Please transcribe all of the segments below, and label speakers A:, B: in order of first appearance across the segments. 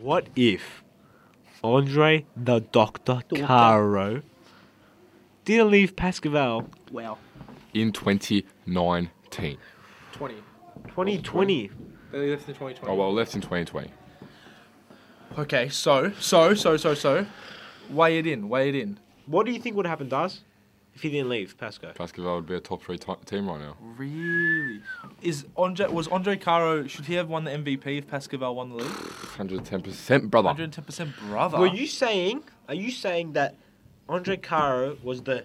A: What if Andre the Doctor
B: Doctor.
A: Caro didn't leave Pascaval
B: Wow.
C: in 2019.
B: 20.
A: 2020?
B: They left in 2020.
C: Oh, well, left in 2020.
B: Okay, so, so, so, so, so. Weigh it in, weigh it in.
A: What do you think would happen, Daz, if he didn't leave Pasco?
C: Pascal would be a top three ti team right now.
B: Really? Is Andre, was Andre Caro, should he have won the MVP if Pascaval won the league?
C: 110%, brother.
B: 110% brother.
A: Were you saying? Are you saying that Andre Caro was the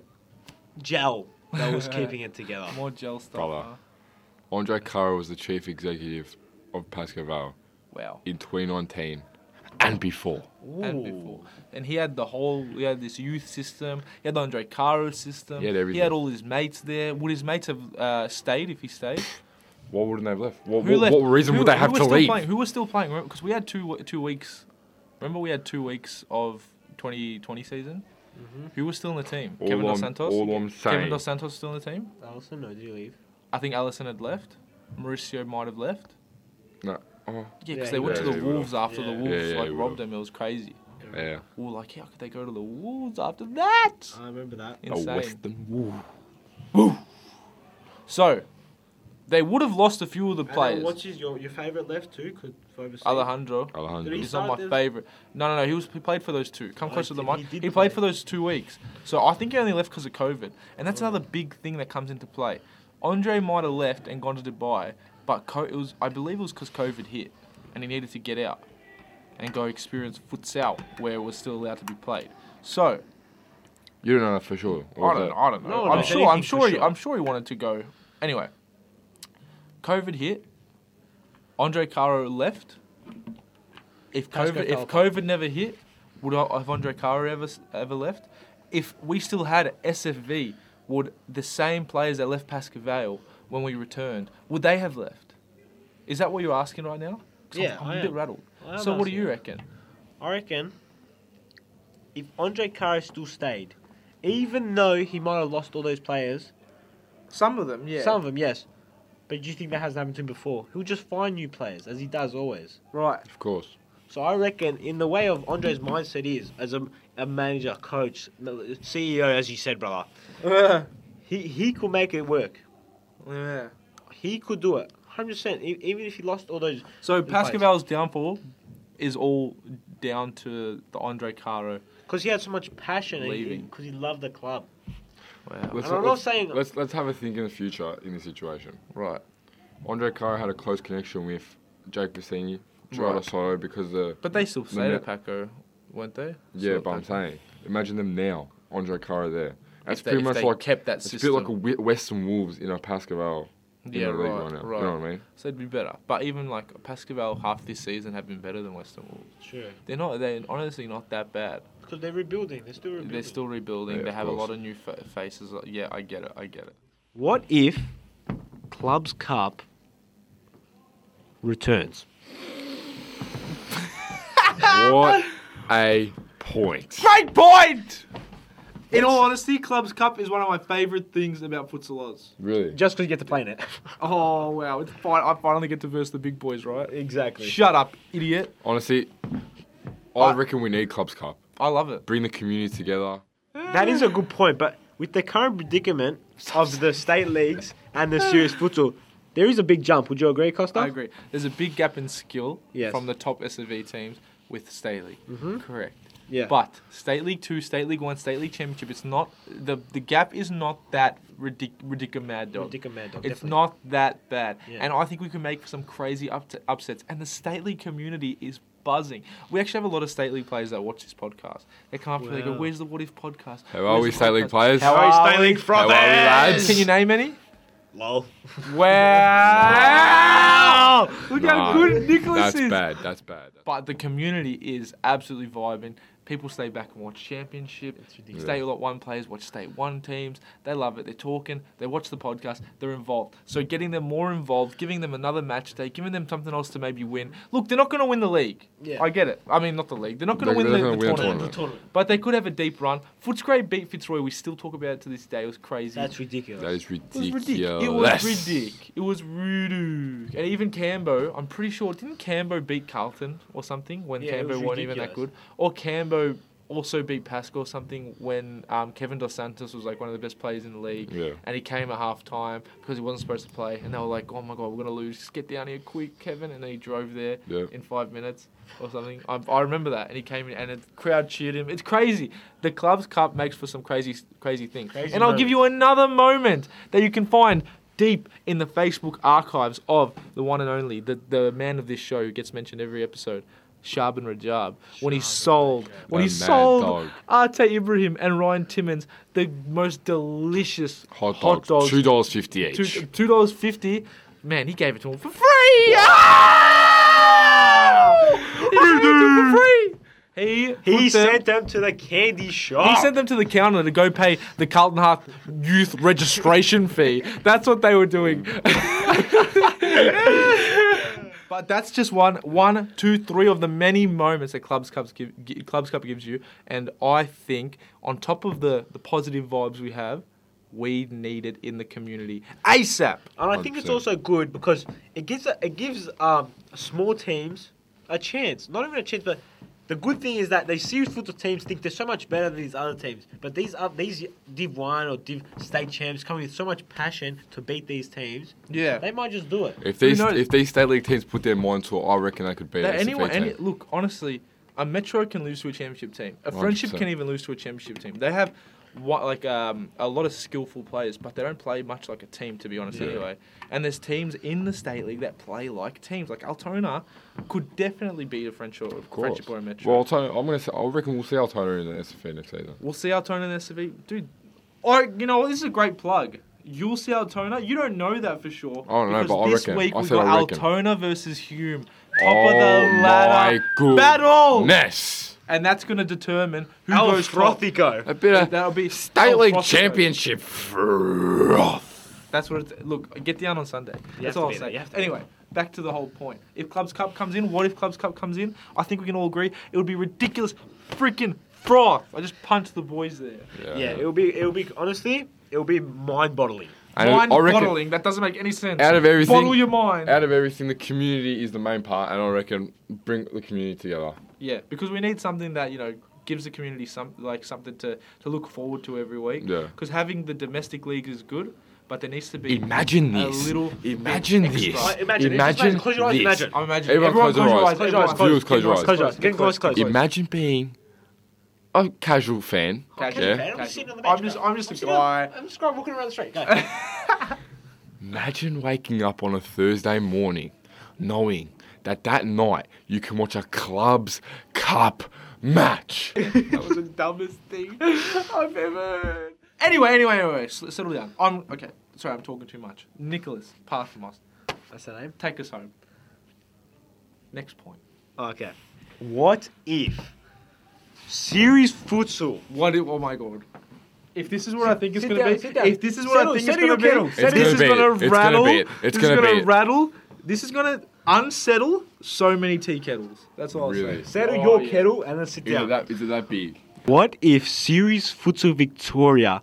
A: gel that was keeping it together?
B: More gel stuff.
C: Brother.
B: huh?
C: Andre Caro was the chief executive of Pascal
B: Wow.
C: in 2019 and before.
B: And before. And he had the whole, he had this youth system, he had the Andre Caro system.
C: He had
B: He
C: everything.
B: had all his mates there. Would his mates have uh, stayed if he stayed?
C: What wouldn't they have left? What,
B: Who
C: what,
B: left-
C: what reason
B: who-
C: would they
B: who
C: have
B: was
C: to
B: still
C: leave?
B: Playing, who was still playing? Because we had two two weeks. Remember, we had two weeks of 2020 season.
A: Mm-hmm.
B: Who was still in the team?
C: All
B: Kevin Dos
C: I'm-
B: Santos.
C: all
B: Kevin
C: I'm saying-
B: Dos Santos still in the team.
A: Allison, no, did you leave?
B: I think Allison had left. Mauricio might have left.
C: No. Oh,
B: Yeah,
A: Yeah,
B: because
A: he
B: they went
C: would've.
B: to
C: Yeah,
B: the
C: he would've.
B: Wolves after the
A: Yeah.
B: Wolves
C: Yeah, yeah,
B: like
C: he
B: robbed
C: would've.
B: them. It was crazy.
C: yeah.
B: We were like, how could they go to the Wolves after that?
A: I remember that.
C: A
B: Insane.
C: Western Wolf.
B: so, they would have lost a few of the
A: Players.
B: players.
A: What's his, your your favorite left too? Could overseas.
B: Alejandro.
C: Alejandro.
A: Did he
B: He's not
A: started-
B: my favorite. No, no, no. He was he played for those two. Come
A: Oh,
B: close to
A: he
B: the
A: did-
B: mic.
A: he
B: He,
A: did play.
B: played for those two weeks, so I think he only left because of COVID, and that's another
A: Mm.
B: big thing that comes into play. Andre might have left and gone to Dubai, but co- it was I believe it was because COVID hit, and he needed to get out and go experience futsal where it was still allowed to be played. So
C: You don't know that for sure.
B: I
C: Or
B: don't,
C: is
B: know, I don't know.
A: No,
B: I'm
A: no.
B: sure. I'm
A: Anything for
B: sure. He,
A: sure.
B: I'm sure he wanted to go. Anyway, COVID hit. Andre Caro left. If
A: Pascal
B: COVID, if
A: Falcao.
B: COVID never hit, would I, have Andre Caro ever s- ever left? If we still had SFV, would the same players that left Pascal when we returned, would they have left? Is that what you're asking right now? 'Cause I'm-
A: Yeah,
B: I'm,
A: I
B: a bit
A: am.
B: rattled.
A: I am
B: So what do
A: asking
B: you
A: you.
B: reckon?
A: I reckon if Andre Caro still stayed, even though he might have lost all those players,
B: Some of them, yeah.
A: some of them, yes. But do you think that hasn't happened to him before? He'll just find new players, as he does always.
B: right.
C: Of course.
A: So I reckon, in the way of Andre's mindset is, as a, a manager, coach, CEO, as you said, brother, he he could make it work.
B: yeah.
A: He could do it, hundred percent. e, Even if he lost all those,
B: So
A: In place.
B: Pascaval's downfall is all down to the Andre Caro.
A: because he had so much passion,
B: Leaving.
A: because he loved the club.
B: Wow.
C: Let's,
A: And I'm not
C: let's-
A: saying-
C: Let's let's have a think in the future in this situation. Right. Andre Caro had a close connection with Jake Bassini, Gerardo
B: Right.
C: Soto because the
B: But they still stayed
C: No,
B: at Paco, weren't they?
C: yeah.
B: Still
C: But I'm
B: at Paco.
C: saying, imagine them now, Andre Caro there. That's
B: If they-
C: pretty
B: if
C: much
B: they
C: like
B: kept that
C: It's a bit
B: system.
C: like a Wi- Western Wolves in a Pascal.
B: Yeah,
C: in the league
B: right,
C: right now.
B: right.
C: You know what I mean?
B: So it'd be better. But even like Pascaval, half this season have been better than Western Wolves.
A: Sure,
B: They're not. They're honestly not that bad.
A: because they're rebuilding. They're still rebuilding.
B: They're still rebuilding.
C: Yeah,
B: they
C: of
B: have a lot
C: course.
B: of new fa- faces. Yeah, I get it. I get it.
A: What if Clubs Cup returns?
C: what a point.
B: Great point. In all honesty, Clubs Cup is one of my favourite things about Futsalos.
C: Really?
A: Just because you get to play in it.
B: Oh wow! It's fine. I finally get to verse the big boys, right?
A: exactly.
B: Shut up, idiot!
C: Honestly, I
B: I-
C: reckon we need Clubs Cup.
B: I love it.
C: Bring the community together.
A: That is a good point, but with the current predicament of the state leagues and the serious futsal, there is a big jump. Would you agree, Costa?
B: I agree. There's a big gap in skill
A: Yes.
B: from the top SOV teams with State League. Correct.
A: Yeah.
B: But State League 2, State League 1, State League Championship, it's not, the, the gap is not that ridic- ridiculous mad dog.
A: Ridic- mad dog,
B: It's
A: definitely.
B: not that bad.
A: Yeah.
B: And I think we can make some crazy up upsets. And the State League community is buzzing. We actually have a lot of State League players that watch this podcast. They come up to me, they go,
A: Wow.
B: where's the What If podcast?
C: How are
B: Where's
C: we,
B: the
C: State League
B: podcast?"
C: players?
B: How are you, State League
C: How are we, lads?
B: Can you name any?
A: Lol.
B: Wow! Look how
C: Nah,
B: good Nicholas
C: That's
B: is.
C: bad. That's bad.
B: But the community is absolutely vibing. People stay back and watch championship.
A: It's
B: You
A: ridiculous.
B: stay with like one players, watch state one teams. They love it. They're talking. They watch the podcast. They're involved. So getting them more involved, giving them another match day, giving them something else to maybe win. Look, they're not going to win the league.
A: Yeah.
B: I get it. I mean, not the league. They're not going to
C: They-
B: win the,
C: they're
B: the
C: not gonna win the
B: tournament.
A: The
C: tournament.
A: tournament.
B: But they could have a deep run. Footscray beat Fitzroy. We still talk about it to this day. It was crazy.
A: That's
C: That
A: ridiculous.
C: is
B: it was
C: ridiculous.
B: ridiculous. It was ridiculous. It was ridiculous. And even Cambo, I'm pretty sure, didn't Cambo beat Carlton or something when
A: Yeah, it
B: Cambo
A: was
B: weren't even that
A: ridiculous.
B: good? Or Cambo also beat Pascal or something when um, Kevin Dos Santos was like one of the best players in the league.
C: Yeah.
B: And he came at half time because he wasn't supposed to play. And they were like, oh my God, we're going to lose. Just get down here quick, Kevin. And then he drove there
C: Yeah.
B: in five minutes or something. I, I remember that. And he came in and the crowd cheered him. It's crazy. The Club's Cup makes for some crazy, crazy things.
A: Crazy
B: and I'll give you another moment that you can find deep in the Facebook archives of the one and only, the, the man of this show who gets mentioned every episode. Shaban Rajab, when
A: Shaban
B: he sold,
A: Rajab.
B: when he
C: That mad
B: sold
C: dog.
B: Arte Ibrahim and Ryan Timmons, the most delicious
C: Hot, dogs. Two dollars fifty each.
B: Two two dollars fifty. Man, he gave it to him for free. Ah! He gave it to him for free. He
A: He
B: put them-
A: sent them to the candy shop.
B: he sent them to the counter to go pay the Carlton Hearth youth registration fee. That's what they were doing. but that's just one, one, two, three of the many moments that Clubs Cup give, gi- Clubs Cup gives you. And I think on top of the the positive vibes we have, we need it in the community ASAP.
A: And I think it's
C: 100%.
A: also good because it gives a, it gives um, small teams a chance. Not even a chance, but the good thing is that these serious football teams think they're so much better than these other teams. But these are these Div One or Div State champs come with so much passion to beat these teams.
B: Yeah.
A: they might just do it.
C: If these
B: Who knows?
C: if these state league teams put their mind to it, I reckon they could beat
B: That
C: an SFA
B: anyone, any,
C: team.
B: look, honestly, a metro can lose to a championship team. A friendship
C: 100%.
B: can even lose to a championship team. They have what like um, a lot of skillful players, but they don't play much like a team, to be honest.
C: Yeah.
B: Anyway, and there's teams in the state league that play like teams. Like Altona could definitely beat a French or
C: Of course.
B: friendship or a metro.
C: Well, Altona, I'm gonna. Say, I reckon we'll see Altona in the SFA next season.
B: We'll see Altona in the SV. Dude, or, you know, what, this is a great plug. You'll see Altona. You don't know that for sure.
C: I don't know,
B: because
C: but I
B: this
C: reckon.
B: week
C: I
B: we
C: said I
B: got
C: reckon.
B: Altona versus Hume. Top of the
C: Oh
B: ladder
C: my goodness.
B: battle.
C: Ness.
B: And that's going to determine who
A: How
B: goes top.
A: Frothico.
C: A bit of
B: That'll be
C: state
B: Oh,
C: league
B: Frothico.
C: championship froth.
B: That's what it's. Look, get down on Sunday.
A: have
B: That's
A: to
B: all
A: be
B: I'll
A: there,
B: say.
A: you have to be
B: Anyway, back to the whole point. If Clubs Cup comes in, what if Clubs Cup comes in? I think we can all agree it would be ridiculous freaking froth. I just punched the boys there.
A: Yeah, it'll be it'll be honestly it'll be mind boggling.
C: And
B: mind
C: I reckon-
B: bottling. That doesn't make any sense.
C: Out of everything-
B: bottle your mind.
C: Out of everything, the community is the main part, and I reckon bring the community together.
B: yeah, because we need something that you know gives the community some like something to to look forward to every week.
C: Yeah.
B: Because having the domestic league is good, but there needs to be.
C: Imagine
B: A
C: this.
B: little
C: Imagine
B: bit
C: this.
B: extra.
A: Imagine,
C: Imagine
A: close your eyes,
C: this.
A: imagine.
B: I'm imagining.
C: Everyone close their eyes.
A: Close your eyes,
B: everyone.
C: Viewers, close your eyes.
A: Close your eyes. Get close, close.
C: Imagine being a casual fan.
B: Casual
C: yeah?
B: fan.
A: I'm just
B: Casual.
A: sitting on the
B: I'm
A: bench.
B: just-
A: bro.
B: I'm just a
A: sitting on-
B: guy.
A: I'm just walking around the street. Go.
C: Imagine waking up on a Thursday morning knowing that that night you can watch a club's cup match.
B: that was the dumbest thing I've ever heard. Anyway, anyway, anyway, s- settle down. I'm okay. Sorry, I'm talking too much. Nicholas Parthamos,
A: That's the name.
B: take us home. Next point.
A: Oh, Okay. What if series futsal?
B: What? i- oh my god. If this is what I think it's
A: sit
B: gonna
A: down,
B: be,
A: sit down.
B: if this is what
A: Settle-
B: I think
A: settle your
B: it's gonna
A: kettle.
B: be,
A: Settle
B: this
C: your
B: is
C: kettle.
B: gonna
C: It's gonna be
B: rattle.
C: it. It's
B: This is
C: gonna be
B: gonna
C: it.
B: rattle. This is gonna unsettle so many tea kettles. That's all I'll
C: Really?
B: say.
A: Settle
B: Oh,
A: your
B: yeah.
A: kettle and then sit
C: Is, it
A: down.
C: that, is it that big?
A: What if series futsal Victoria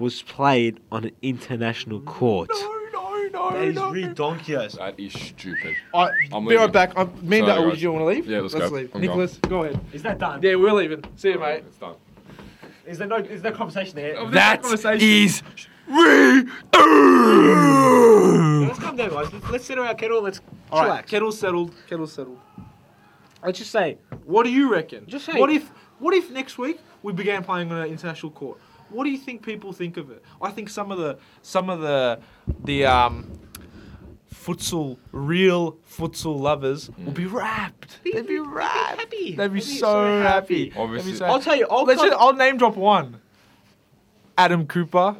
A: was played on an international court?
B: No, no,
A: That is
B: no.
A: redonkulous.
C: That is stupid.
B: I,
C: I'm
B: be right
C: leaving.
B: back. I'm, me and
C: Sorry,
B: Dad, would
C: guys.
B: you want to leave?
C: Yeah, let's go.
B: leave.
C: I'm
B: Nicholas, go ahead.
A: Is that done?
B: Yeah, we're leaving. See you, mate.
C: It's done.
A: Is there no? Is there no conversation there?
B: Oh,
C: That
B: conversation.
C: is re-
A: Let's calm down, guys. Let's, let's settle our kettle. Let's
B: All right,
A: chillax.
B: kettle settled. Kettle settled.
A: Let's just say
B: What do you reckon?
A: Just say-
B: what if what if next week we began playing on an international court? What do you think people think of it? I think some of the some of the the um futsal real futsal lovers will be wrapped. They'd be wrapped.
A: happy.
B: They'd be so happy.
C: Obviously-
B: They'd be so-
A: I'll tell you. I'll
B: Let's
A: come-
B: just, I'll name drop one. Adam Cooper.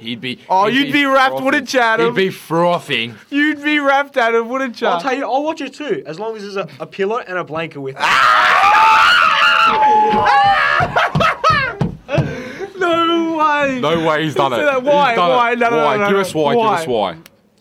C: He'd be.
B: Oh,
C: he'd
B: you'd be wrapped, wouldn't you, Adam?
C: He'd be frothing.
B: You'd be wrapped, Adam, wouldn't you?
A: Ah! I'll tell you. I'll watch it too, as long as there's a, a pillow and a blanket with. it.
B: No way.
C: No way he's done
B: Say
C: it.
B: that. Why?
C: He's done it.
B: Why? No, no, no,
C: why?
B: no,
C: give
B: no.
C: us why.
B: Why?
C: Give us why.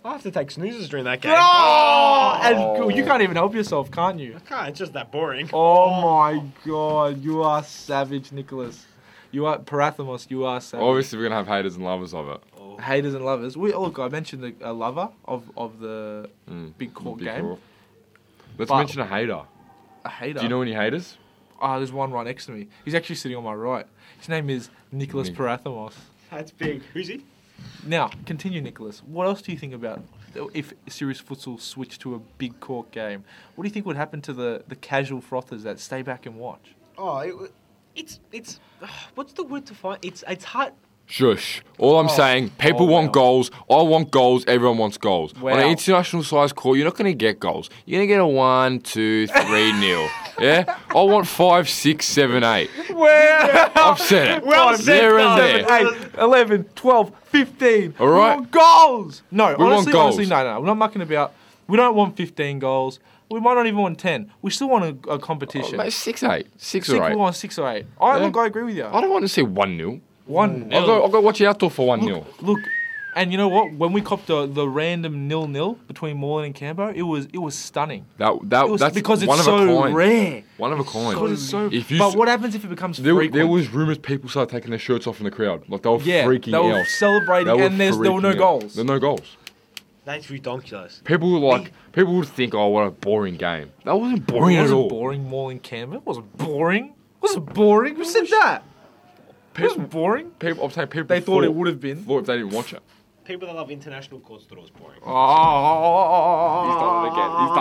A: I have to take snoozes during that game.
B: Oh, and cool, you can't even help yourself, can't you?
A: God, Ah, it's just that boring.
B: Oh my god, you are savage, Nicholas. You are Parathemos, you are savage.
C: Obviously, we're gonna have haters and lovers of it.
B: Haters and lovers. We look, I mentioned the a lover of, of the
C: Mm.
B: big court
C: Big
B: game.
C: call. Let's
B: But-
C: mention a hater.
B: A hater.
C: Do you know any haters?
B: Ah, there's one right next to me. He's actually sitting on my right. His name is Nicholas
C: Nick.
B: Parathemos.
A: That's big. Who's he?
B: Now, continue, Nicholas. What else do you think about if serious futsal switched to a big court game? What do you think would happen to the, the casual frothers that stay back and watch?
A: Oh, it, it's it's. What's the word to find? It's it's hard.
C: Shush. All I'm
B: Oh.
C: saying, people
B: Oh,
C: want
B: wow.
C: goals. I want goals. Everyone wants goals. On
B: Wow.
C: an international size call, you're not going to get goals. You're going to get a one, two, three nil. Yeah? I want five, six, seven, eight.
B: Well,
C: I've said it.
A: Well said,
C: there and
A: guys.
C: there.
A: Seven,
B: Eight, 11, 12, 15.
C: All
B: We
C: right.
B: want goals. No, honestly,
C: want
B: honestly,
C: goals.
B: no, no. We're not mucking about. We don't want 15 goals. We might not even want 10. We still want a, a competition.
C: Oh, Mate, six, eight. Six,
B: six,
C: or
B: we
C: eight.
B: want six or eight. I,
C: Yeah.
B: Look, I agree with you.
C: I don't want to see one nil.
B: One
C: I'll
B: nil.
C: go, I'll go watch the outdoor for one nil.
B: Look, and you know what? When we copped the, the random nil nil between Moreland and Cambo, it was it was stunning.
C: That, that,
B: It was
C: that's
B: because
C: one
B: it's
C: of a
B: so
C: kind.
B: rare.
C: One of a kind.
B: Because it's so.
C: If you
B: but
C: s-
B: what happens if it becomes
C: there,
B: frequent?
C: there was rumours people started taking their shirts off in the crowd. Like they were
B: yeah,
C: freaking
B: they were
C: out. They
B: celebrating,
C: were
B: and there's, there were no
C: freaking out.
B: goals.
C: There were no goals.
A: That's ridiculous.
C: People would like people would think, oh, what a boring game. That wasn't boring
B: it
C: at
B: wasn't
C: all.
B: boring. Moreland Canberra It wasn't boring. It wasn't boring. Who said that? It wasn't boring.
C: People, I'm saying people.
B: They thought it would have been.
C: Thought if they didn't watch it.
A: People that love international courts thought it was boring.
C: He's done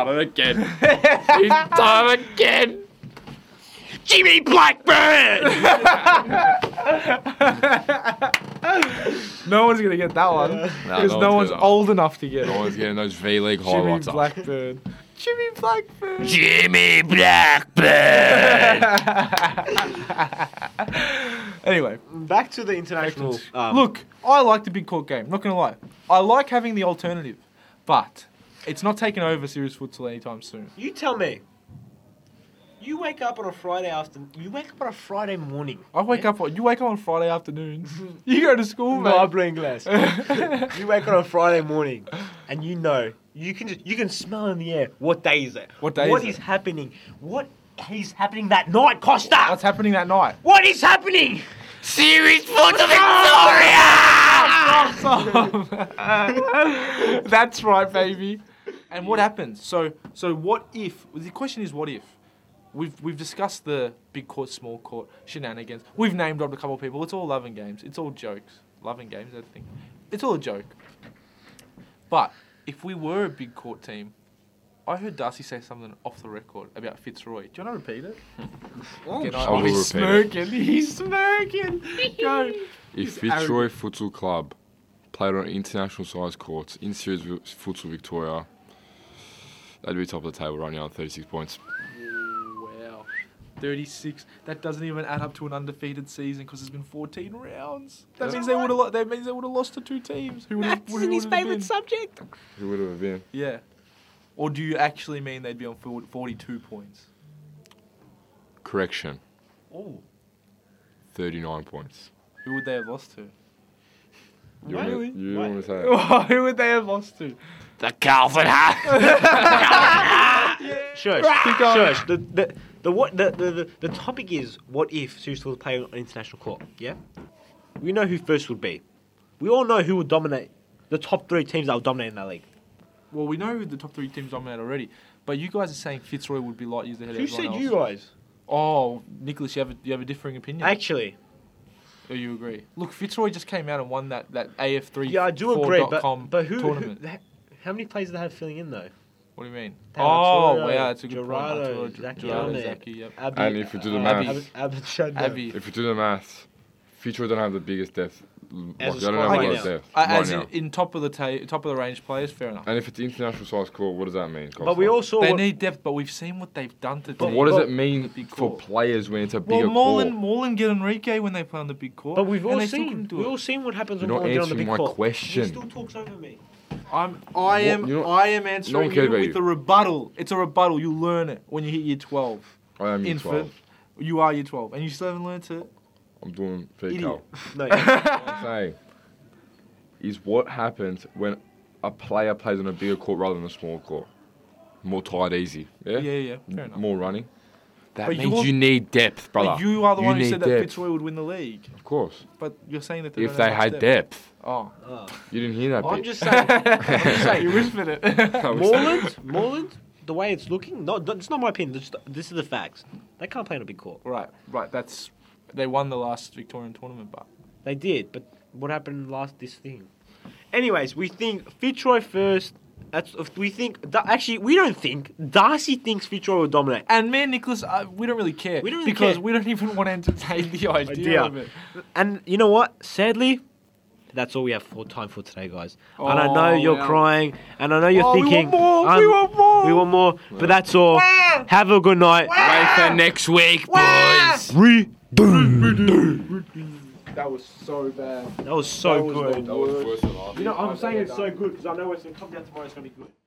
C: it
B: Oh,
C: again. He's done it again. He's done it again. Jimmy Blackburn.
B: no one's gonna get that one
C: Nah,
B: because
C: no
B: no, one's
C: one's gonna.
B: old enough to get it.
C: Always getting those V League
B: Jimmy
C: highlights. up.
B: Blackburn. Jimmy Blackburn.
C: Jimmy Blackburn.
B: Anyway,
A: Back to the international. Um,
B: look, I like the big court game. Not gonna lie, I like having the alternative, but it's not taking over serious futsal anytime soon.
A: you tell me. You wake up on a Friday afternoon. You wake up on a Friday morning.
B: I wake up on you wake up on Friday afternoons. you go to school, mate.
A: bring glass. you wake up on a Friday morning, and you know you can just, you can smell in the air what day is it?
B: What day
A: What
B: is
A: is
B: it?
A: happening? What is happening that night, Costa?
B: What's happening that night?
A: what is happening?
C: Series four to Victoria.
B: That's right, baby. And what happens? So, so what if? The question is, what if? We've we've discussed the big court, small court shenanigans. We've named up a couple of people. It's all loving games. It's all jokes. Loving games, I think. It's all a joke. But if we were a big court team, I heard Darcy say something off the record about Fitzroy. Do you want to repeat it?
A: Oh,
B: Can I-
C: I
B: oh,
C: will
B: he's
C: repeat
B: smirking. He's smirking. Go.
C: If Fitzroy Futsal Club played on international size courts in Series v- Futsal Victoria, they'd be top of the table right now on 36 points.
B: Wow. 36. That doesn't even add up to an undefeated season because there's been 14 rounds. That
C: That's
B: means they would have. Lo- that means they would have lost to two teams. Who would've- who would've been?
A: subject.
C: Who would have been?
B: Yeah. Or do you actually mean they'd be on 40 42 points?
C: Correction,
B: Oh.
C: 39 points.
B: Who would they have lost to?
C: You wanna-
B: Really?
C: You
A: Why?
C: want to say it?
B: who would they have lost to?
C: The Calvin hat.
A: Shush,
B: Keep going.
A: shush. The, the, the, what, the, the, the, the topic is what if Sirius was playing on international court, yeah? We know who first would be. We all know who would dominate the top three teams that will dominate in that league.
B: Well, we know who the top three teams dominate already, but you guys are saying Fitzroy would be light years ahead
A: Who
B: of everyone
A: said
B: else.
A: you guys?
B: Oh, Nicholas, you have a, you have a differing opinion.
A: Actually,
B: Oh, you agree? Look, Fitzroy just came out and won that, that AF3
A: yeah, I do agree, but,
B: com
A: but who, who
B: tournament.
A: ha- how many players do they have filling in though?
B: What do you mean?
A: They have
B: Oh,
A: Arturo,
B: yeah, it's a good
A: Gerardo,
B: point. Arturo,
A: Zaki
B: Gerardo,
A: Ahmed.
B: Zaki, yep.
A: Abby,
C: And if you do the
A: Abby-
B: maths.
A: Abby, Abby,
B: Abby.
C: If you do the maths, Fitzroy don't have the biggest depth. Like,
A: a
C: they don't
A: squad
C: have
A: right
C: a lot of
A: now.
C: depth
B: Uh,
C: right
B: as in,
C: now.
B: in top of the ta- top of the range players, fair enough.
C: And if it's international size court, what does that mean?
A: But we
C: Costa?
A: all saw
B: they
A: what-
B: need depth, but we've seen what they've done to
C: But
B: teams.
C: what does
A: but-
C: it mean
B: Big
C: for
B: court.
C: players when it's a
B: well,
C: bigger
B: Moreland,
C: court?
B: Moreland get Enrique when they play on the big court.
A: but we've
B: and
A: all
B: they still
A: seen
B: couldn't do
A: we've
B: it.
A: all seen what happens
C: You're
A: when
C: not
A: Moreland get on the
C: answering
A: big
C: my
A: court. He still
C: question.
A: talks over me.
B: I'm, I
C: Wha-
B: am,
C: you know-
B: I am
C: No one
B: answering
C: cares
B: you
C: about
B: with
C: you.
B: a rebuttal. It's a rebuttal. You learn it when you hit year twelve.
C: I am year
B: Infant.
C: 12.
B: You are year 12 and you still haven't learnt it.
C: I'm doing fair
B: Idiot.
C: Cal.
A: No,
C: I'm saying is what happens when a player plays on a bigger court rather than a small court. More tight, easy.
B: Yeah,
C: Yeah.
B: yeah, yeah. Fair enough.
C: More running. That
B: But
C: means
B: you're-
C: you need depth,
B: But
C: brother.
B: you are the one who
C: need
B: said that
C: depth.
B: Fitzroy would win the league.
C: Of course.
B: But you're saying that
C: If
B: don't
C: they
B: have
C: had
B: much
C: depth.
B: Oh.
A: oh.
C: You didn't hear that
A: I'm
C: bit.
A: just saying. I'm just saying.
B: you whispered it.
C: I was saying-
A: Moreland, Moreland, the way it's looking, no, it's not my opinion. This, this is the facts. They can't play in a big court.
B: right, right. That's they won the last Victorian tournament, but
A: They did, but what happened last this thing? Anyways, we think Fitzroy first. That's uh, we think. Da- actually, we don't think Darcy thinks Fitzroy will dominate.
B: and me and Nicholas, uh, we don't really care
A: We don't really
B: because
A: care.
B: we don't even want to entertain the idea,
A: Idea.
B: of it.
A: And you know what? Sadly, that's all we have for time for today, guys. and I know
B: Oh,
A: you're
B: wow.
A: crying, and I know you're
B: Oh, we
A: thinking. um,
B: want more, we want more.
A: We want more. But that's all.
B: Wah!
A: Have a good night.
C: Wait for next week,
B: Wah!
C: boys.
B: That was so bad.
A: That was so
B: That was
A: good.
B: the worst.
C: worse than last
A: You know, I'm saying it's so
B: done.
A: good because I know it's coming out tomorrow. It's gonna be good.